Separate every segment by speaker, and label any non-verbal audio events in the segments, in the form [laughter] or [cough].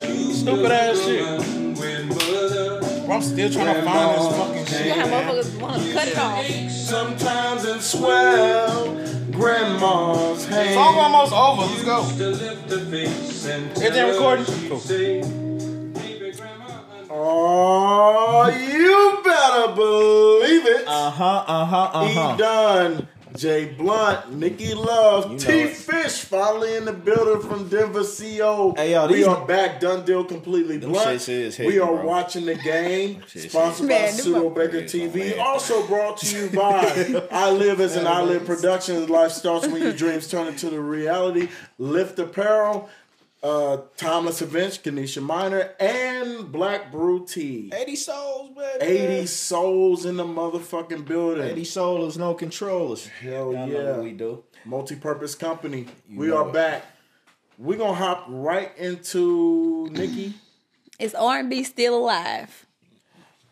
Speaker 1: stupid ass shit.
Speaker 2: shit.
Speaker 1: Bro, I'm still trying to find this fucking
Speaker 3: You
Speaker 1: shit.
Speaker 3: have motherfuckers want to cut it off.
Speaker 2: Sometimes and swell grandma's hand.
Speaker 1: Song almost over. Let's go.
Speaker 2: Everything
Speaker 1: Everything recording? Cool.
Speaker 2: Cool. Oh, you better believe it.
Speaker 1: Uh huh. Uh huh. Uh
Speaker 2: E Dunn, Jay Blunt, Nikki Love,
Speaker 1: You know
Speaker 2: T
Speaker 1: it.
Speaker 2: Fish finally in the building from Denver, CO.
Speaker 1: Hey, yo,
Speaker 2: we
Speaker 1: these-
Speaker 2: are back, done deal completely
Speaker 1: Them
Speaker 2: blunt.
Speaker 1: shits is
Speaker 2: we
Speaker 1: hitting,
Speaker 2: are
Speaker 1: bro.
Speaker 2: watching the
Speaker 1: [laughs]
Speaker 2: game,
Speaker 1: shits
Speaker 2: sponsored by
Speaker 3: Man, them
Speaker 2: Pseudo
Speaker 3: motherfuckers
Speaker 2: Baker
Speaker 1: is on
Speaker 2: TV.
Speaker 1: that.
Speaker 2: Also brought to you
Speaker 1: [laughs]
Speaker 2: by I Live as an I Live Productions. Life starts when your dreams turn into the reality. Lift Apparel. Uh, Timeless Events, Kenesha Minor, and Black Brew Tea.
Speaker 1: 80 souls, baby.
Speaker 2: 80 souls in the motherfucking building.
Speaker 1: 80 souls, no controllers.
Speaker 2: Hell
Speaker 1: Y'all
Speaker 2: yeah.
Speaker 1: know what we do.
Speaker 2: Multi-purpose company.
Speaker 1: You
Speaker 2: we
Speaker 1: know
Speaker 2: are
Speaker 1: it.
Speaker 2: back. We're gonna hop right into Nikki.
Speaker 3: Is R&B still alive?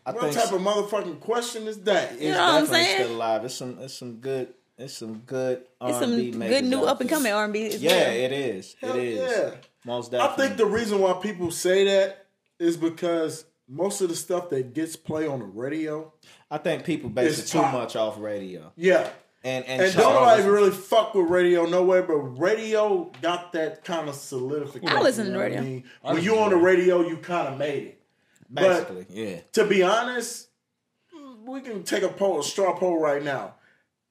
Speaker 1: I
Speaker 2: what
Speaker 1: think
Speaker 2: type of motherfucking question is that?
Speaker 1: it's
Speaker 3: know what I'm
Speaker 1: definitely
Speaker 3: saying?
Speaker 1: still alive. It's some, it's some good, it's some good
Speaker 3: It's some
Speaker 1: R&B
Speaker 3: good
Speaker 1: makers
Speaker 3: new
Speaker 1: out
Speaker 3: up and
Speaker 1: there.
Speaker 3: coming R&B. as
Speaker 1: Yeah,
Speaker 3: well.
Speaker 1: it is.
Speaker 2: Hell
Speaker 1: it is.
Speaker 2: yeah.
Speaker 1: Most
Speaker 2: I
Speaker 1: definitely.
Speaker 2: think the reason why people say that is because most of the stuff that gets play on the radio.
Speaker 1: I think people base it
Speaker 2: It's
Speaker 1: too
Speaker 2: pop.
Speaker 1: much off radio.
Speaker 2: Yeah.
Speaker 1: And and,
Speaker 2: And
Speaker 1: try
Speaker 2: don't
Speaker 1: to
Speaker 2: nobody
Speaker 1: listen-
Speaker 2: really fuck with radio no way, but radio got that kind of solidification.
Speaker 3: I listen to
Speaker 2: you know what
Speaker 3: radio.
Speaker 2: mean? When you on the radio, you kind of made it. But
Speaker 1: basically, yeah.
Speaker 2: to be honest, we can take a poll, a straw poll right now.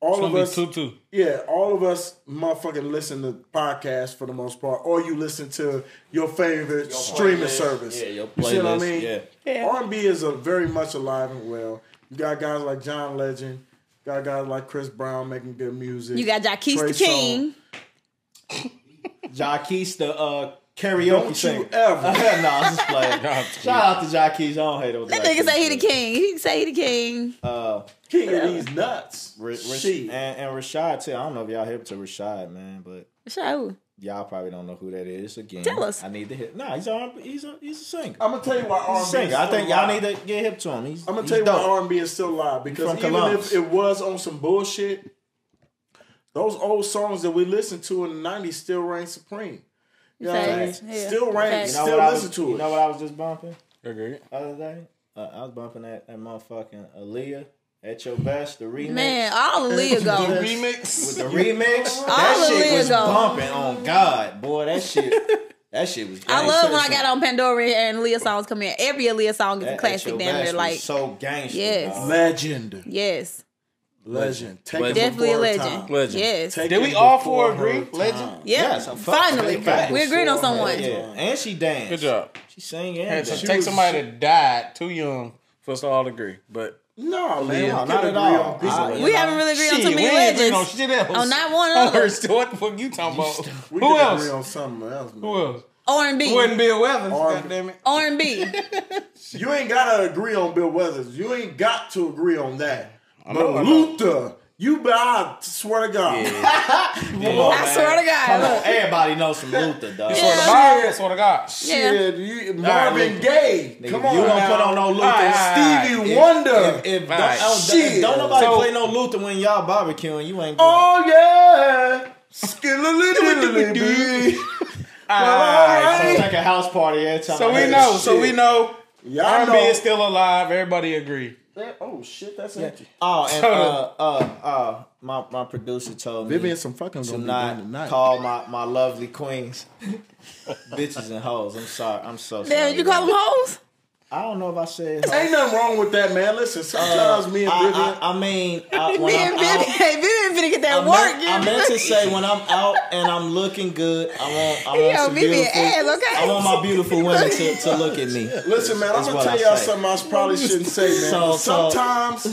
Speaker 2: All of us,
Speaker 4: Two two.
Speaker 2: yeah, all of us, motherfucking listen to podcasts for the most part, or you listen to your favorite streaming service.
Speaker 1: Yeah, your
Speaker 2: You see what I
Speaker 1: playlist,
Speaker 2: mean?
Speaker 1: yeah.
Speaker 3: Yeah.
Speaker 2: R and B is a very much alive and well. You got guys like John Legend, got guys like Chris Brown making good music.
Speaker 3: You got Jaquez
Speaker 2: Trey
Speaker 3: the King.
Speaker 1: Jackie's the uh,
Speaker 2: Don't
Speaker 1: karaoke
Speaker 2: you
Speaker 1: singer.
Speaker 2: ever?
Speaker 1: [laughs] nah, I was just
Speaker 2: [laughs]
Speaker 1: playing. Shout out to Jackie's. I don't hate him.
Speaker 3: That nigga say he the king. He say he the king.
Speaker 1: Uh,
Speaker 2: King of these nuts.
Speaker 1: Ra- Ra-
Speaker 2: Shit.
Speaker 1: and, and Rashad too. I don't know if y'all hip to Rashad, man, but
Speaker 3: Show.
Speaker 1: y'all probably don't know who that is. Again,
Speaker 3: Tell us.
Speaker 1: I need to hit. Nah, he's a he's a he's a singer.
Speaker 2: I'm gonna tell you why R
Speaker 1: He's
Speaker 2: and
Speaker 1: a
Speaker 2: B.
Speaker 1: singer. I think y'all need to get hip to him. He's,
Speaker 2: I'm gonna
Speaker 1: he's
Speaker 2: tell you
Speaker 1: dope.
Speaker 2: why R&B is still alive because
Speaker 1: from
Speaker 2: even
Speaker 1: Columbus.
Speaker 2: if it was on some bullshit, those old songs that we listened to in the '90s still reign supreme. You know what I mean?
Speaker 3: Facts, yeah.
Speaker 2: Still reign.
Speaker 3: Facts.
Speaker 1: You know
Speaker 2: still
Speaker 1: what I
Speaker 2: listen
Speaker 1: was-
Speaker 2: to it.
Speaker 1: You know what I was just bumping
Speaker 4: Agreed.
Speaker 1: the other day? Uh, I was bumping that, that motherfucking Aaliyah at your best, the remix.
Speaker 3: Man, all the Leah
Speaker 2: [laughs]
Speaker 1: The
Speaker 3: go.
Speaker 1: remix with the remix.
Speaker 3: All
Speaker 1: that
Speaker 3: the
Speaker 1: shit was
Speaker 3: lingo.
Speaker 1: bumping on God, boy. That
Speaker 3: [laughs]
Speaker 1: shit. that shit was.
Speaker 3: I love when I got on Pandora and Leah songs come in. Every Leah song is a classic damn
Speaker 1: there.
Speaker 3: near. Like,
Speaker 1: so gangster.
Speaker 3: Yes.
Speaker 1: dog.
Speaker 2: legend,
Speaker 3: yes,
Speaker 2: legend, Take
Speaker 4: Legend.
Speaker 2: it
Speaker 3: definitely a
Speaker 2: before her
Speaker 3: legend.
Speaker 2: time.
Speaker 4: Legend.
Speaker 3: Yes,
Speaker 2: Take
Speaker 4: Did
Speaker 2: it
Speaker 4: we all
Speaker 2: before
Speaker 4: four agree?
Speaker 2: her time.
Speaker 4: Legend?
Speaker 3: yeah.
Speaker 1: Yes, I'm fucking
Speaker 3: Finally,
Speaker 1: facts.
Speaker 3: we agreed on
Speaker 2: Before her
Speaker 3: someone.
Speaker 2: time.
Speaker 1: Yeah, and she danced.
Speaker 4: Good job.
Speaker 1: She sang and
Speaker 4: Had
Speaker 1: danced.
Speaker 4: to
Speaker 2: she
Speaker 4: take
Speaker 2: was-
Speaker 4: somebody that died too young for us to all agree. But
Speaker 2: No, man,
Speaker 1: No,
Speaker 2: we
Speaker 1: not
Speaker 2: can
Speaker 1: at
Speaker 2: agree
Speaker 1: all.
Speaker 2: on people.
Speaker 1: I-
Speaker 2: Like
Speaker 3: We haven't really agreed on too
Speaker 4: Shit,
Speaker 3: many
Speaker 4: we ain't agreed on
Speaker 3: legends.
Speaker 4: shit else.
Speaker 3: On not one
Speaker 4: I heard
Speaker 3: of
Speaker 4: still- What the fuck you talking about?
Speaker 2: we
Speaker 4: Who
Speaker 2: can
Speaker 4: else?
Speaker 2: agree on something else. man.
Speaker 4: Who else?
Speaker 3: R and
Speaker 4: Wouldn't
Speaker 3: B,
Speaker 4: Bill Weathers,
Speaker 2: Army.
Speaker 4: goddamn it.
Speaker 3: R and B.
Speaker 2: You ain't gotta agree on Bill Weathers. You ain't got to agree on that.
Speaker 4: know, I
Speaker 2: But
Speaker 4: know.
Speaker 2: Luther, you better. I swear to God.
Speaker 3: I swear to God.
Speaker 1: Oh, Come on, everybody knows some Luther, dog.
Speaker 4: Swear to
Speaker 3: Yeah.
Speaker 4: God, swear to God.
Speaker 3: Yeah.
Speaker 2: Shit, you,
Speaker 4: right,
Speaker 2: Marvin
Speaker 4: Luther.
Speaker 2: Gaye.
Speaker 1: Nigga,
Speaker 2: Come on,
Speaker 1: you don't
Speaker 2: now.
Speaker 1: put on no Luther.
Speaker 2: All right,
Speaker 1: Stevie
Speaker 2: Stevie
Speaker 1: If-
Speaker 2: Wonder.
Speaker 1: If, if,
Speaker 4: Right.
Speaker 1: don't, oh, don't-
Speaker 2: Shit.
Speaker 1: don't nobody
Speaker 4: So-
Speaker 1: play no Luther when y'all barbecuing, you ain't.
Speaker 2: oh yeah, skillily
Speaker 4: Alright,
Speaker 1: It's like a house party every time.
Speaker 4: So
Speaker 1: I
Speaker 4: we
Speaker 1: hear
Speaker 4: know.
Speaker 1: this
Speaker 4: So
Speaker 1: shit.
Speaker 4: we know.
Speaker 2: Y'all
Speaker 4: R&B
Speaker 2: know.
Speaker 4: is still alive. Everybody agree.
Speaker 2: That- oh shit, that's empty.
Speaker 1: Oh, and
Speaker 4: So-
Speaker 1: uh, uh, uh, my my producer told me
Speaker 2: Vivian, some fucking
Speaker 1: to
Speaker 2: gonna be
Speaker 1: not
Speaker 2: doing tonight.
Speaker 1: call my my lovely
Speaker 4: [laughs]
Speaker 1: queens bitches and hoes. I'm sorry. I'm so sorry.
Speaker 3: Damn, you call them hoes?
Speaker 1: I don't know if I said. hoes.
Speaker 2: Ain't nothing wrong with that, man. Listen, sometimes me and Vivian.
Speaker 1: Uh, I, I, I mean,
Speaker 3: [laughs]
Speaker 1: I,
Speaker 3: Me
Speaker 1: when I'm
Speaker 3: and Vinny,
Speaker 1: out,
Speaker 3: hey, Vinny finna get
Speaker 1: I
Speaker 3: that work.
Speaker 1: meant, I meant to say when I'm out and I'm looking good, I want I want
Speaker 3: [laughs] Yo,
Speaker 1: some
Speaker 3: Vivian
Speaker 1: beautiful.
Speaker 3: ass, okay?
Speaker 1: I want my beautiful women to, to look at me.
Speaker 2: Listen, man, I'm
Speaker 1: That's
Speaker 2: gonna
Speaker 1: what
Speaker 2: tell
Speaker 1: I
Speaker 2: y'all
Speaker 1: say.
Speaker 2: something I
Speaker 1: [laughs]
Speaker 2: probably shouldn't say, man.
Speaker 1: So-
Speaker 2: But
Speaker 1: so-
Speaker 2: sometimes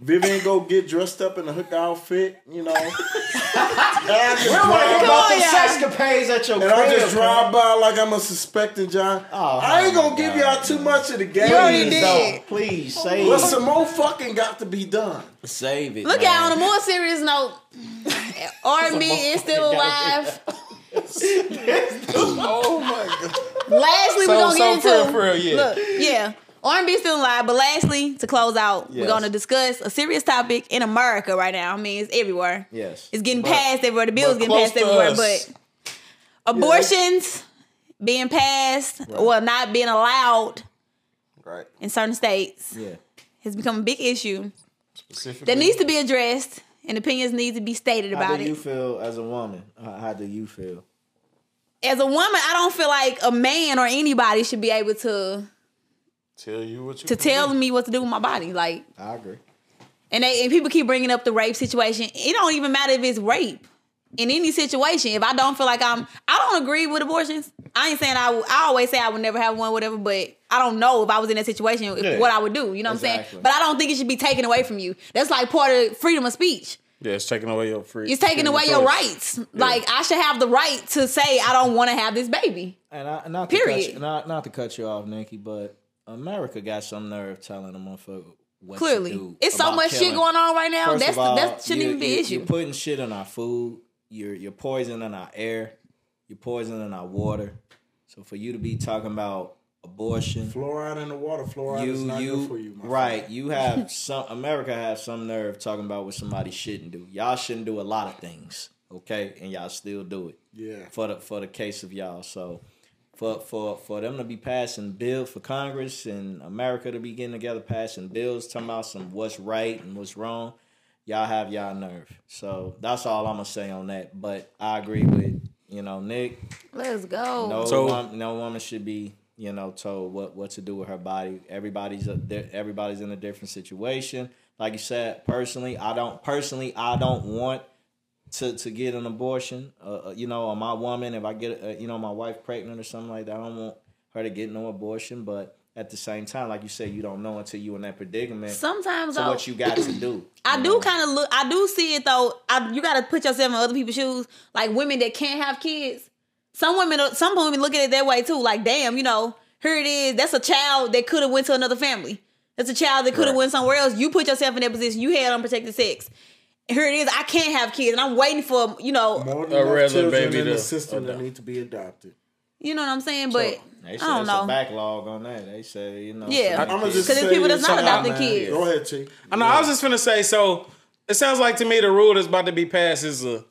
Speaker 2: Vivian go get dressed up in a hook outfit, you know.
Speaker 1: [laughs]
Speaker 2: and I just
Speaker 1: I want to hear
Speaker 2: drive,
Speaker 1: about
Speaker 3: on,
Speaker 1: the
Speaker 3: y'all.
Speaker 1: sexcapades at your
Speaker 2: and
Speaker 1: crib.
Speaker 2: I just drive by like I'm a suspecting John.
Speaker 1: Oh,
Speaker 2: I ain't gonna
Speaker 1: my
Speaker 2: give
Speaker 1: God.
Speaker 2: y'all too much of the game.
Speaker 3: You already
Speaker 1: Please
Speaker 3: did.
Speaker 1: don't. Please save,
Speaker 2: But some more fucking got to be done.
Speaker 1: save it.
Speaker 3: Look
Speaker 1: man.
Speaker 3: at on a more serious
Speaker 1: [laughs]
Speaker 3: note, R and B is still alive.
Speaker 2: Oh my god.
Speaker 3: Lastly, we're
Speaker 4: So-
Speaker 3: gonna get
Speaker 4: so
Speaker 3: into
Speaker 4: for real, for real, yeah.
Speaker 3: look, yeah. R and B still alive, but lastly, to close out, we're
Speaker 1: Yes.
Speaker 3: gonna discuss a serious topic in America right now. I mean, it's everywhere.
Speaker 1: Yes.
Speaker 3: it's getting
Speaker 4: But-
Speaker 3: passed everywhere. The bill's
Speaker 4: but
Speaker 3: getting
Speaker 4: close
Speaker 3: passed
Speaker 4: to
Speaker 3: everywhere,
Speaker 4: us.
Speaker 3: but abortions being passed or not being allowed
Speaker 4: Right.
Speaker 3: in certain states
Speaker 1: Yeah.
Speaker 3: has become a big issue
Speaker 4: Specifically.
Speaker 3: that needs to be addressed and opinions need to be stated
Speaker 1: How
Speaker 3: about
Speaker 1: do
Speaker 3: it.
Speaker 1: you feel as a woman? How how do you feel?
Speaker 3: As a woman, I don't feel like a man or anybody should be able to
Speaker 4: tell you what you
Speaker 3: to tell me what to do with my body. Like,
Speaker 1: I agree.
Speaker 3: and they and people keep bringing up the rape situation. It don't even matter if it's rape in any situation. If I don't feel like I'm, I don't agree with abortions. I ain't saying I. would- I always say I would never have one, whatever. But I don't know if I was in that situation, if-
Speaker 4: Yeah.
Speaker 3: what I would do. You know what I'm
Speaker 1: Exactly.
Speaker 3: saying? But I don't think it should be taken away from you. That's like part of freedom of speech.
Speaker 4: Yeah, it's taking away your free.
Speaker 3: It's taking
Speaker 4: freedom
Speaker 3: away
Speaker 4: of
Speaker 3: your
Speaker 4: choice.
Speaker 3: rights. Like I should have the right to say I don't want to have this baby.
Speaker 1: And I, not to
Speaker 3: Period.
Speaker 1: Cut you, not not to cut you off, Nikki, but America got some nerve telling a motherfucker what to
Speaker 3: Clearly,
Speaker 1: do
Speaker 3: it's so
Speaker 1: about
Speaker 3: much shit
Speaker 1: killing.
Speaker 3: going on right now.
Speaker 1: First
Speaker 3: that's
Speaker 1: of all,
Speaker 3: that shouldn't
Speaker 1: you-
Speaker 3: even be
Speaker 1: you-
Speaker 3: an issue.
Speaker 1: You're putting shit in our food. You're you're poisoning our air. You're poisoning our water. So for you to be talking about abortion,
Speaker 2: Fluoride in the water. Fluoride is
Speaker 1: you
Speaker 2: not
Speaker 1: you
Speaker 2: good for you. My
Speaker 1: right.
Speaker 2: friend.
Speaker 1: You
Speaker 2: [laughs]
Speaker 1: have some America has some nerve talking about what somebody shouldn't do. Y'all shouldn't do a lot of things, okay? And y'all still do it
Speaker 2: Yeah.
Speaker 1: for the for the case of y'all. So for for for them to be passing bills for Congress and America to be getting together passing bills talking about some what's right and what's wrong, y'all have y'all nerve. So that's all I'm gonna say on that. But I agree with you know Nick.
Speaker 3: Let's go.
Speaker 1: No,
Speaker 4: So-
Speaker 1: wom- no woman should be, you know, told what what to do with her body. Everybody's a, di- everybody's in a different situation. Like you said, personally, I don't personally I don't want to to get an abortion. Uh, uh, you know, or my woman, if I get uh, you know my wife pregnant or something like that, I don't want her to get no abortion. But at the same time, like you said, you don't know until you in that predicament.
Speaker 3: Sometimes
Speaker 1: so
Speaker 3: though,
Speaker 1: what you got to do?
Speaker 3: I do kind of look. I do see it though. I, you got to put yourself in other people's shoes. Like women that can't have kids. Some women, some women look at it that way too. Like, damn, you know, here it is. That's a child that could have went to another family. That's a child that could have
Speaker 4: Right.
Speaker 3: went somewhere else. You put yourself in that position. You had unprotected sex. Here it is. I can't have kids, and I'm waiting for you know,
Speaker 2: More
Speaker 4: I'd
Speaker 2: than enough
Speaker 4: rather
Speaker 2: children
Speaker 4: baby
Speaker 2: in
Speaker 4: to
Speaker 2: the system that
Speaker 4: adopt.
Speaker 2: need to be adopted.
Speaker 3: you know what I'm saying. But
Speaker 1: They
Speaker 3: I
Speaker 1: said
Speaker 3: don't
Speaker 1: it's a
Speaker 3: know.
Speaker 1: backlog on that. They say you know.
Speaker 3: Yeah.
Speaker 1: certain
Speaker 2: I'm gonna
Speaker 1: kids-
Speaker 2: just
Speaker 3: 'Cause there's
Speaker 2: say
Speaker 3: people that's not
Speaker 2: something,
Speaker 3: adopting
Speaker 2: man.
Speaker 3: kids.
Speaker 2: Go ahead, T.
Speaker 4: I know. I was just gonna say. So it sounds like to me the rule that's about to be passed is uh,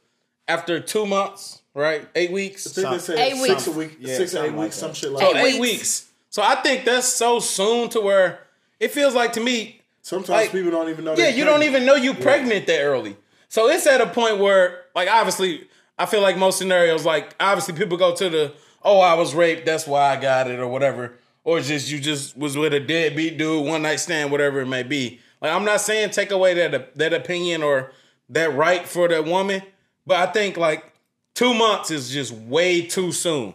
Speaker 4: after two months, right? Eight weeks.
Speaker 2: I think they said
Speaker 3: Eight
Speaker 2: six
Speaker 3: weeks.
Speaker 2: a week,
Speaker 1: Yeah,
Speaker 2: six to eight
Speaker 1: something like
Speaker 2: weeks, some
Speaker 1: that.
Speaker 2: shit
Speaker 4: So
Speaker 2: like
Speaker 3: Eight
Speaker 4: Oh, eight,
Speaker 2: that.
Speaker 3: weeks.
Speaker 4: weeks. So I think that's so soon to where it feels like to me.
Speaker 2: Sometimes
Speaker 4: Like-
Speaker 2: people don't even know.
Speaker 4: Yeah,
Speaker 2: they're
Speaker 4: you don't
Speaker 2: pregnant.
Speaker 4: even know you pregnant that early. So it's at a point where, like, obviously, I feel like most scenarios, like, obviously, people go to the, oh, I was raped, that's why I got it, or whatever, or just you just was with a deadbeat dude, one night stand, whatever it may be. Like, I'm not saying take away that that opinion or that right for that woman, but I think like two months is just way too soon.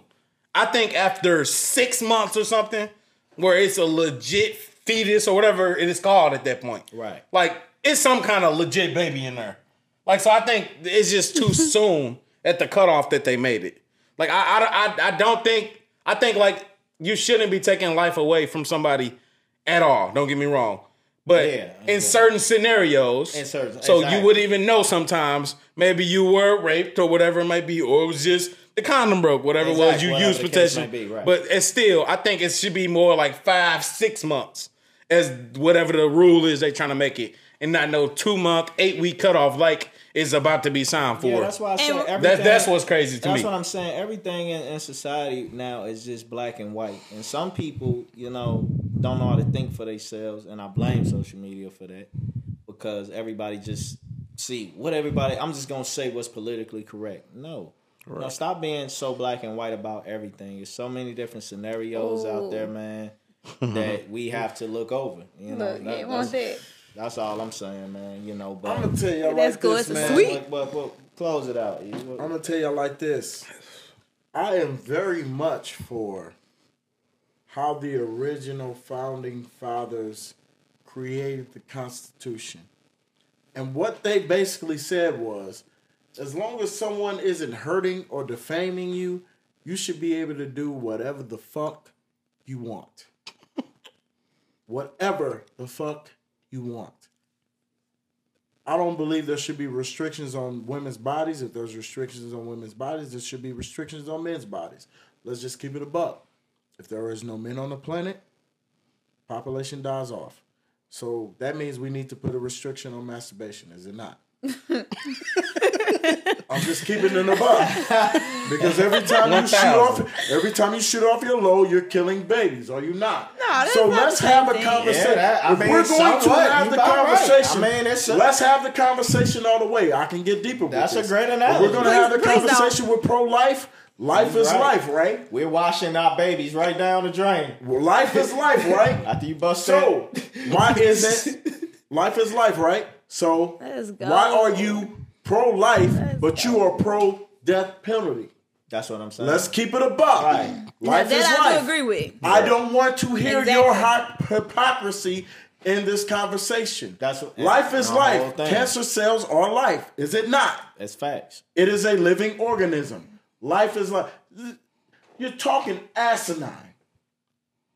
Speaker 4: I think after six months or something, where it's a legit fetus or whatever it is called at that point.
Speaker 1: Right.
Speaker 4: Like it's some kind of legit baby in there. Like so, I think it's just too soon at the cutoff that they made it. Like I, I, I, I don't think I think like you shouldn't be taking life away from somebody at all. Don't get me wrong, but
Speaker 1: Yeah,
Speaker 4: in certain scenarios,
Speaker 1: In certain-
Speaker 4: so
Speaker 1: exactly.
Speaker 4: you would even know sometimes maybe you were raped or whatever it might be, or it was just the condom broke, whatever it was
Speaker 1: Exactly,
Speaker 4: you
Speaker 1: whatever
Speaker 4: used
Speaker 1: the case
Speaker 4: protection.
Speaker 1: may be, right.
Speaker 4: But it's still, I think it should be more like five, six months as whatever the rule is they trying to make it, and not no two month, eight week cutoff like is about to be signed for.
Speaker 1: Yeah, that's why I said
Speaker 3: And- That-
Speaker 1: everything.
Speaker 4: That- that's what's crazy to
Speaker 1: That's
Speaker 4: me.
Speaker 1: what I'm saying. Everything in, in society now is just black and white, and some people, you know, don't know how to think for themselves, and I blame social media for that because everybody just see what everybody. I'm just gonna say what's politically correct. No. No, stop being so black and white about everything. There's so many different scenarios out
Speaker 3: Ooh.
Speaker 1: there,
Speaker 4: [laughs]
Speaker 1: man, that we have to look over. You know,
Speaker 3: Look,
Speaker 1: That-
Speaker 3: it wants
Speaker 1: that's,
Speaker 3: that.
Speaker 1: that's all I'm saying, man. You know, but
Speaker 2: I'm gonna tell y'all
Speaker 3: That's
Speaker 2: like
Speaker 3: good.
Speaker 2: this,
Speaker 3: It's
Speaker 2: man.
Speaker 3: sweet.
Speaker 1: But, but, but close it out. E. What-
Speaker 2: I'm gonna tell y'all like this. I am very much for how the original founding fathers created the Constitution. And what they basically said was as long as someone isn't hurting or defaming you, you should be able to do whatever the fuck you want. [laughs] whatever the fuck you want. I don't believe there should be restrictions on women's bodies. If there's restrictions on women's bodies, there should be restrictions on men's bodies. Let's just keep it a buck. If there is no men on the planet,
Speaker 3: [laughs]
Speaker 2: population dies off. So that means we need to put a restriction on masturbation, is it not? I'm just keeping it in the box because every time you shoot
Speaker 4: 1,000.
Speaker 2: off, every time you shoot off your low, you're killing babies. Are you not? No,
Speaker 3: that's
Speaker 2: so
Speaker 3: not
Speaker 2: let's
Speaker 3: the
Speaker 2: have a
Speaker 3: same thing.
Speaker 2: conversation.
Speaker 1: Yeah, that- I
Speaker 2: if
Speaker 1: mean,
Speaker 2: we're going to
Speaker 1: somewhat.
Speaker 2: have
Speaker 1: You
Speaker 2: the
Speaker 1: about right.
Speaker 2: conversation,
Speaker 1: I mean, it's a-
Speaker 2: let's have the conversation all the way. I can get deeper.
Speaker 1: That's a
Speaker 2: with this.
Speaker 1: great
Speaker 2: If
Speaker 1: analogy.
Speaker 2: We're going to have the
Speaker 3: Please- please don't.
Speaker 2: conversation with pro life. Life is
Speaker 1: Right.
Speaker 2: life, right?
Speaker 1: We're washing our babies right down the drain.
Speaker 2: Well, life is
Speaker 1: [laughs]
Speaker 2: life, right?
Speaker 1: After you bust
Speaker 2: So
Speaker 1: that- [laughs]
Speaker 2: why isn't life is life, right? So
Speaker 3: Let's go.
Speaker 2: why are you pro life
Speaker 3: Let's
Speaker 2: but you are pro death penalty?
Speaker 1: That's what I'm saying.
Speaker 2: Let's keep it a buck.
Speaker 1: Right.
Speaker 2: Life is
Speaker 3: that I
Speaker 2: life.
Speaker 3: do agree with.
Speaker 2: I don't want to hear
Speaker 3: Exactly.
Speaker 2: your hot hypocrisy in this conversation.
Speaker 1: That's what-
Speaker 2: life is
Speaker 1: the whole
Speaker 2: life.
Speaker 1: thing.
Speaker 2: Cancer cells are life, is it not?
Speaker 1: That's facts.
Speaker 2: It is a living organism. Life is life. You're talking asinine.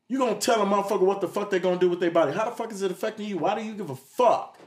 Speaker 2: You gonna tell a motherfucker what the fuck they gonna do with their body? How the fuck is it affecting you? Why do you give a fuck?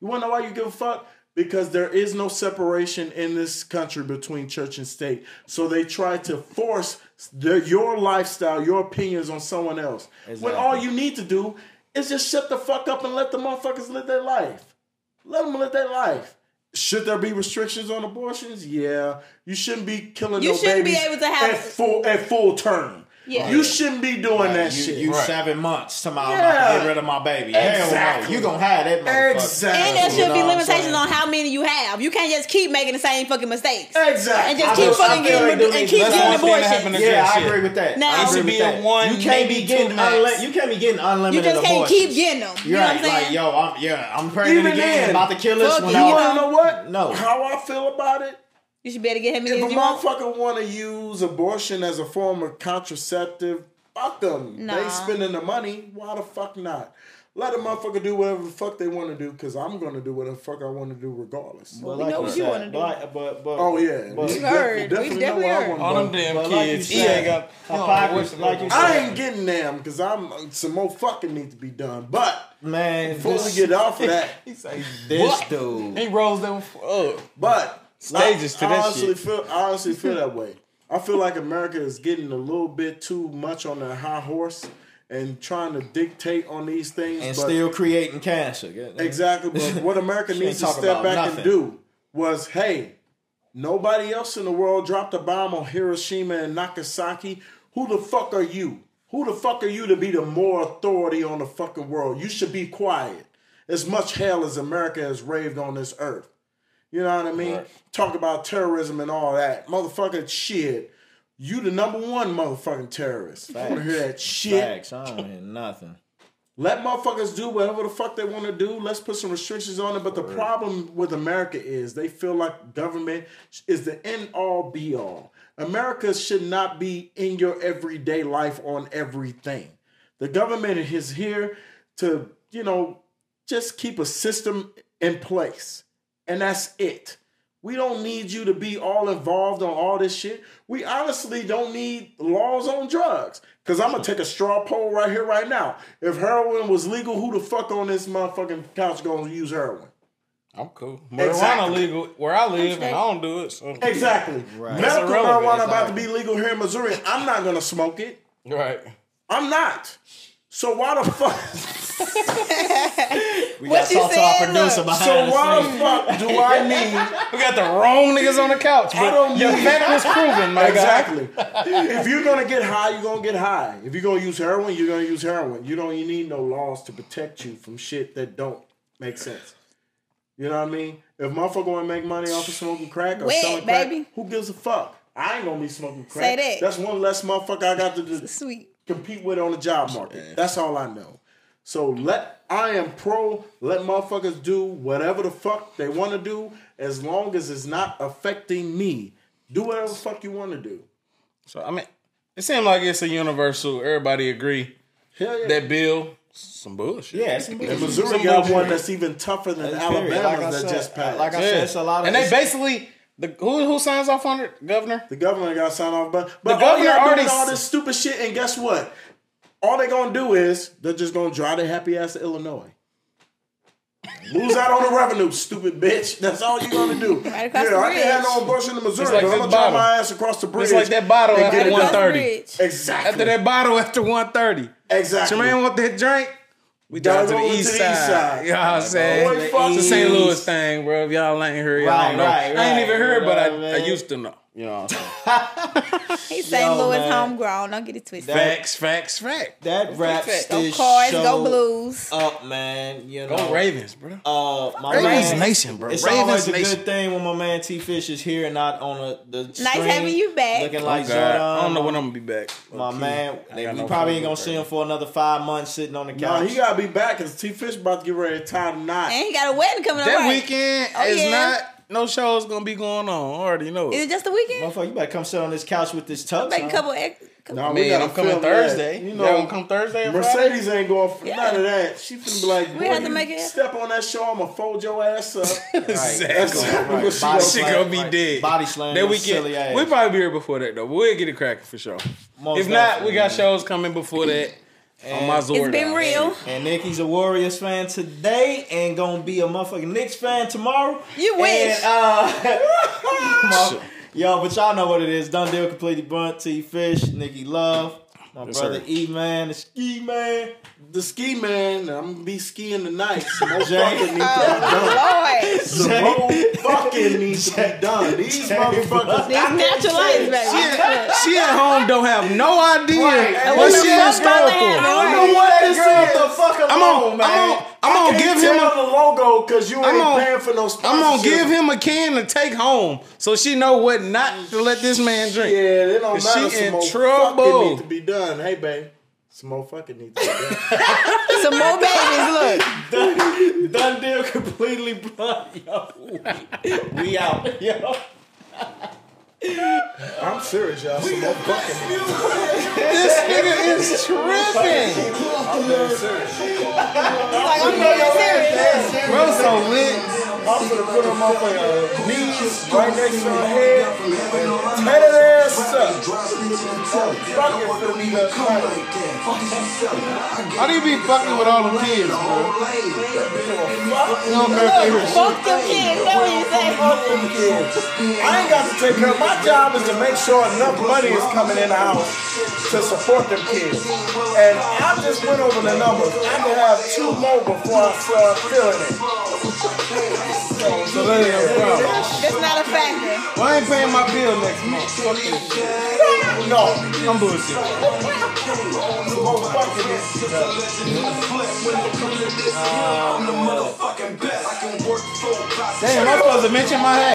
Speaker 2: You wanna know why you give a fuck? Because there is no separation in this country between church and state. So they try to force their, your lifestyle, your opinions on someone else. When
Speaker 1: Exactly.
Speaker 2: all you need to do is just shut the fuck up and let the motherfuckers live their life. Let them live their life. Should there be restrictions on abortions? Yeah, you shouldn't be killing.
Speaker 3: You
Speaker 2: no
Speaker 3: shouldn't be
Speaker 2: babies
Speaker 3: able to have-
Speaker 2: at full at full term.
Speaker 3: Yeah.
Speaker 2: you shouldn't be doing that
Speaker 1: you,
Speaker 2: shit.
Speaker 1: You
Speaker 4: Right.
Speaker 1: seven months tomorrow. I'm
Speaker 2: Yeah.
Speaker 1: about to get rid of my baby. Hell no.
Speaker 2: Exactly.
Speaker 1: You gonna have that motherfucker.
Speaker 2: exactly.
Speaker 3: And there
Speaker 2: You know
Speaker 3: should be
Speaker 2: what I'm
Speaker 3: limitations
Speaker 2: saying?
Speaker 3: on how many you have. You can't just keep making the same fucking mistakes.
Speaker 2: Exactly.
Speaker 3: And just
Speaker 2: I
Speaker 3: keep
Speaker 2: just- I
Speaker 3: fucking
Speaker 2: feel
Speaker 3: getting
Speaker 2: like
Speaker 3: re-
Speaker 2: they
Speaker 3: and keep
Speaker 2: need-
Speaker 4: That's
Speaker 3: getting
Speaker 4: one thing that happened
Speaker 3: abortions.
Speaker 4: to
Speaker 1: Yeah, I
Speaker 4: Shit.
Speaker 1: agree with that.
Speaker 3: Now-
Speaker 1: I
Speaker 3: It should
Speaker 1: agree
Speaker 4: be
Speaker 1: with
Speaker 4: a
Speaker 1: that.
Speaker 4: one,
Speaker 1: you can't
Speaker 4: maybe
Speaker 1: be
Speaker 4: two
Speaker 1: getting
Speaker 4: max.
Speaker 1: unli- you can't be getting
Speaker 3: You
Speaker 1: unlimited
Speaker 3: just can't
Speaker 1: abortions.
Speaker 3: keep getting them. You
Speaker 1: You're
Speaker 3: know what I'm
Speaker 1: right. Like
Speaker 3: saying?
Speaker 1: yo, I'm yeah, I'm pregnant
Speaker 2: Even
Speaker 1: again.
Speaker 2: then,
Speaker 1: about to kill this
Speaker 3: fuck
Speaker 1: one.
Speaker 3: you.
Speaker 2: You
Speaker 1: out.
Speaker 2: wanna know what?
Speaker 1: No.
Speaker 2: How I feel about it?
Speaker 3: You should better get him
Speaker 2: If
Speaker 3: as
Speaker 2: a
Speaker 3: you want.
Speaker 2: motherfucker want to use abortion as a form of contraceptive, fuck them.
Speaker 3: Nah.
Speaker 2: They spending the money. Why the fuck not? Let a motherfucker do whatever the fuck they want to do, cause I'm gonna do whatever the fuck I want to do regardless.
Speaker 1: But
Speaker 3: We know what you
Speaker 1: said,
Speaker 3: wanna do.
Speaker 1: But, but, but,
Speaker 2: Oh yeah,
Speaker 1: But,
Speaker 2: You
Speaker 1: but
Speaker 3: Yeah. heard.
Speaker 2: definitely-
Speaker 3: We
Speaker 2: definitely
Speaker 3: definitely
Speaker 2: know where I
Speaker 3: heard.
Speaker 2: wanna
Speaker 4: All
Speaker 2: go.
Speaker 4: them damn
Speaker 1: But like
Speaker 4: kids.
Speaker 1: you
Speaker 4: he
Speaker 1: said,
Speaker 4: ain't got
Speaker 1: hypocrisy, like you
Speaker 2: I
Speaker 1: said.
Speaker 2: ain't getting them because I'm uh, some more fucking need to be done.
Speaker 4: [laughs]
Speaker 2: But
Speaker 1: man,
Speaker 2: before we
Speaker 1: this-
Speaker 2: get off of that,
Speaker 4: He say,
Speaker 1: this
Speaker 4: "What?"
Speaker 1: dude.
Speaker 4: He rolls them f- up.
Speaker 2: but
Speaker 4: Stages
Speaker 2: I,
Speaker 4: to
Speaker 2: I
Speaker 4: that
Speaker 2: honestly
Speaker 4: shit.
Speaker 2: feel I honestly feel that
Speaker 4: [laughs]
Speaker 2: way. I feel like America is getting a little bit too much on their high horse and trying to dictate on these things.
Speaker 1: and
Speaker 2: but
Speaker 1: still creating cancer. Yeah.
Speaker 2: Exactly,
Speaker 1: [laughs]
Speaker 2: but what America
Speaker 1: She
Speaker 2: needs to
Speaker 1: ain't talking
Speaker 2: step
Speaker 1: about
Speaker 2: back and
Speaker 1: nothing.
Speaker 2: do was, hey, nobody else in the world dropped a bomb on Hiroshima and Nagasaki. Who the fuck are you? Who the fuck are you to be the more authority on the fucking world? You should be quiet. As much hell as America has raved on this earth. You know what I mean? Talk about terrorism and all that. Motherfucker, shit. You the number one motherfucking terrorist. You wanna hear that shit?
Speaker 1: Facts. I don't hear nothing.
Speaker 2: Let motherfuckers do whatever the fuck they want to do. Let's put some restrictions on it. But the problem with America is they feel like government is the end all be all. America should not be in your everyday life on everything. The government is here to, you know, just keep a system in place. And that's it. We don't need you to be all involved on all this shit. We honestly don't need laws on drugs. Cause I'm gonna take a straw poll right here, right now. If heroin was legal, who the fuck on this motherfucking couch gonna use heroin?
Speaker 4: I'm cool. Marijuana
Speaker 2: Exactly.
Speaker 4: legal where I live, and I don't do it. So.
Speaker 2: Exactly.
Speaker 1: Right.
Speaker 2: Medical
Speaker 4: It's irrelevant,
Speaker 2: marijuana
Speaker 4: it's
Speaker 2: about to
Speaker 4: like-
Speaker 2: be legal here in Missouri. I'm not gonna smoke it.
Speaker 4: Right.
Speaker 2: I'm not. So why the fuck?
Speaker 1: We
Speaker 3: What
Speaker 1: got
Speaker 3: you
Speaker 1: to talk to our
Speaker 3: said,
Speaker 1: producer
Speaker 3: look.
Speaker 1: behind
Speaker 2: So
Speaker 1: the
Speaker 2: why the
Speaker 1: scenes.
Speaker 2: fuck do I need?
Speaker 4: We got the wrong niggas on the couch,
Speaker 2: I don't
Speaker 4: but your
Speaker 2: need-
Speaker 4: fact was proven, my guy.
Speaker 2: Exactly. if you're gonna get high, you're gonna get high. If you're gonna use heroin, you're gonna use heroin. You don't you need no laws to protect you from shit that don't make sense. You know what I mean? If motherfucker wanna make money off of smoking crack or
Speaker 3: Wet,
Speaker 2: selling crack,
Speaker 3: baby.
Speaker 2: who gives a fuck? I ain't gonna be smoking crack.
Speaker 3: Say that.
Speaker 2: That's one less motherfucker I got to do
Speaker 3: Sweet.
Speaker 2: compete with on the job market. That's all I know. So let I am pro. Let motherfuckers do whatever the fuck they want to do, as long as it's not affecting me. Do whatever the fuck you want to do.
Speaker 4: So I mean, it seemed like it's a universal. Everybody agree
Speaker 2: Hell yeah.
Speaker 4: that bill some bullshit.
Speaker 1: Yeah, it's
Speaker 2: and
Speaker 1: Missouri.
Speaker 2: Missouri
Speaker 4: some
Speaker 2: got
Speaker 4: bullshit.
Speaker 2: one that's even tougher than Alabama
Speaker 1: Like I
Speaker 2: that
Speaker 1: said,
Speaker 2: just passed.
Speaker 1: Like I said, it's a lot of
Speaker 4: and they
Speaker 1: it's-
Speaker 4: basically the who who signs off on it, governor.
Speaker 2: the governor got signed off, but but
Speaker 4: The
Speaker 2: all
Speaker 4: governor
Speaker 2: y'all doing
Speaker 4: already
Speaker 2: all
Speaker 4: s-
Speaker 2: this stupid shit, and guess what? All they gonna do is they're just gonna drive their happy ass to Illinois. Lose out on the revenue, stupid bitch. That's all you gonna do.
Speaker 3: [laughs] Right across
Speaker 2: yeah,
Speaker 3: the
Speaker 2: I can't have
Speaker 3: bridge.
Speaker 2: no abortion in Missouri,
Speaker 4: It's like
Speaker 2: but I'm
Speaker 4: this
Speaker 2: gonna drive
Speaker 4: bottle.
Speaker 2: my ass across the bridge.
Speaker 4: It's like that bottle
Speaker 2: and get
Speaker 4: after
Speaker 2: it
Speaker 3: Across
Speaker 4: one
Speaker 3: the
Speaker 2: done.
Speaker 4: thirty.
Speaker 3: bridge.
Speaker 2: Exactly.
Speaker 4: After that bottle after one thirty,
Speaker 2: exactly.
Speaker 4: Jermaine want that drink. We down
Speaker 2: Dive
Speaker 4: to the
Speaker 2: over
Speaker 4: east side. [laughs] You know what I'm saying?
Speaker 2: Boy, fuck
Speaker 4: It's a St.
Speaker 1: east.
Speaker 4: Louis thing, bro. If y'all ain't heard, y'all
Speaker 1: Right,
Speaker 4: don't know.
Speaker 1: right,
Speaker 4: I ain't
Speaker 1: right.
Speaker 4: even heard,
Speaker 1: You
Speaker 4: but
Speaker 1: know what
Speaker 4: I,
Speaker 1: I
Speaker 4: I
Speaker 1: mean?
Speaker 4: used to know. You know what I'm saying?
Speaker 3: He's St.
Speaker 1: Yo,
Speaker 3: Louis
Speaker 1: man.
Speaker 3: homegrown. Don't get it twisted.
Speaker 1: That-
Speaker 4: Facts, facts, facts.
Speaker 1: That wraps
Speaker 3: Go
Speaker 1: this
Speaker 3: Cards,
Speaker 1: show
Speaker 3: go Blues.
Speaker 1: up, man. You know,
Speaker 4: Go Ravens, bro.
Speaker 1: Oh. Uh, my
Speaker 4: Ravens
Speaker 1: man,
Speaker 4: Nation, bro.
Speaker 1: It's
Speaker 4: Ravens
Speaker 1: always a
Speaker 4: Nation.
Speaker 1: good thing when my man T Fish is here, and not on a, the
Speaker 3: Nice
Speaker 1: screen,
Speaker 3: having you back.
Speaker 1: Looking
Speaker 4: Oh,
Speaker 1: like uh,
Speaker 4: God. I don't know
Speaker 1: Zordon.
Speaker 4: when I'm gonna be back.
Speaker 1: My
Speaker 4: Low-key.
Speaker 1: man,
Speaker 4: I
Speaker 1: we
Speaker 4: got
Speaker 1: probably
Speaker 4: no fucking
Speaker 1: ain't gonna see him for another five months sitting on the
Speaker 2: Nah,
Speaker 1: couch.
Speaker 2: he gotta be back because T Fish about to get ready to tie the knot.
Speaker 3: and he got a wedding coming up.
Speaker 4: That
Speaker 3: right?
Speaker 4: weekend
Speaker 3: Oh,
Speaker 4: is
Speaker 3: yeah.
Speaker 4: not no show's gonna be going on. I already know.
Speaker 3: Is
Speaker 4: It.
Speaker 3: it just the weekend?
Speaker 1: Motherfucker, you better come sit on this couch with this tux.
Speaker 3: Make a
Speaker 1: on.
Speaker 3: couple. Ex- couple
Speaker 2: Nah,
Speaker 4: I
Speaker 2: we
Speaker 4: mean,
Speaker 2: gotta
Speaker 4: I'm coming
Speaker 2: film that.
Speaker 4: Thursday.
Speaker 2: You
Speaker 4: You
Speaker 2: know,
Speaker 4: know, I'm come Thursday. and Friday?
Speaker 2: Mercedes ain't going for
Speaker 3: Yeah.
Speaker 2: none of that. She finna be like,
Speaker 3: We
Speaker 2: boy,
Speaker 3: had to
Speaker 2: you
Speaker 3: make it happen.
Speaker 2: step on that show, I'ma fold your ass
Speaker 4: [laughs]
Speaker 2: up.
Speaker 4: Exactly.
Speaker 2: Right.
Speaker 1: Body
Speaker 2: She gonna
Speaker 4: [laughs] She
Speaker 1: slam,
Speaker 4: gonna be
Speaker 1: right.
Speaker 4: dead.
Speaker 1: Body slam.
Speaker 4: That
Speaker 1: your
Speaker 4: weekend,
Speaker 1: Silly ass.
Speaker 4: we probably be here before that though. But we'll get it cracking for sure.
Speaker 1: Most
Speaker 4: if not, we
Speaker 1: definitely.
Speaker 4: got shows coming before that. on my Zordon.
Speaker 3: It's been real.
Speaker 1: And Nikki's a Warriors fan today and gonna be a motherfucking Knicks fan tomorrow.
Speaker 3: You wish.
Speaker 1: And, uh, yo, but [laughs] y'all know what it is. Done deal completely bunt. T Fish, Nikki Love, my
Speaker 4: Yes,
Speaker 1: brother
Speaker 4: sir.
Speaker 1: E Man, the Ski Man,
Speaker 2: The ski man, I'm gonna be skiing tonight.
Speaker 4: [laughs]
Speaker 2: So
Speaker 1: Jay.
Speaker 2: motherfucking need to,
Speaker 1: [laughs]
Speaker 3: Oh Lord, these
Speaker 2: the fucking need
Speaker 4: [laughs]
Speaker 2: to be done. These motherfuckers.
Speaker 3: natural lights, baby.
Speaker 4: She at home don't have no idea
Speaker 2: Right.
Speaker 4: what
Speaker 2: And
Speaker 4: she
Speaker 2: what
Speaker 4: in
Speaker 2: the
Speaker 4: store
Speaker 3: fuck they
Speaker 4: for.
Speaker 3: have?
Speaker 1: I
Speaker 3: Alright.
Speaker 1: don't want
Speaker 2: This is-
Speaker 1: that girl the fuck alone,
Speaker 4: I'm on. I'm
Speaker 1: man.
Speaker 4: on. I'm gonna give him. A,
Speaker 2: the logo because you ain't
Speaker 4: I'm on-
Speaker 2: paying for no sponsorship.
Speaker 4: I'm gonna give him a can to take home, so she know what not to let this man drink.
Speaker 2: Yeah, they don't
Speaker 4: Is
Speaker 2: matter.
Speaker 4: she
Speaker 2: Some
Speaker 4: in
Speaker 2: more
Speaker 4: trouble?
Speaker 2: fucking need to be done. Hey, babe. Some more fucking need to be done.
Speaker 3: Some more babies. Look.
Speaker 1: Done, done deal completely blunt. Yo, we, we out. Yo.
Speaker 2: I'm serious, y'all. Some more fucking need to be
Speaker 4: This nigga is tripping.
Speaker 2: done. I'm serious.
Speaker 3: Like I'm being serious.
Speaker 4: Bro, so lit.
Speaker 2: I'm gonna put him on my uh, knees right next to her head and tear that ass up. Fucking for me, look like,
Speaker 4: How do you be fucking with all them kids, bro? You don't care if they hear shit.
Speaker 3: Fuck them kids. That's what you say.
Speaker 2: fuck them kids. I ain't got to take care of my job is to make sure enough money is coming in the house to support them kids. And I just went over the numbers. I can have two more before I start feeling it.
Speaker 4: So that ain't no problem.
Speaker 3: That's not a factor.
Speaker 4: Well, I ain't paying my bill next month. Fuck this shit.
Speaker 2: No,
Speaker 4: I'm bullshit.
Speaker 2: motherfucking is.
Speaker 4: Damn, I supposed to mention my hat.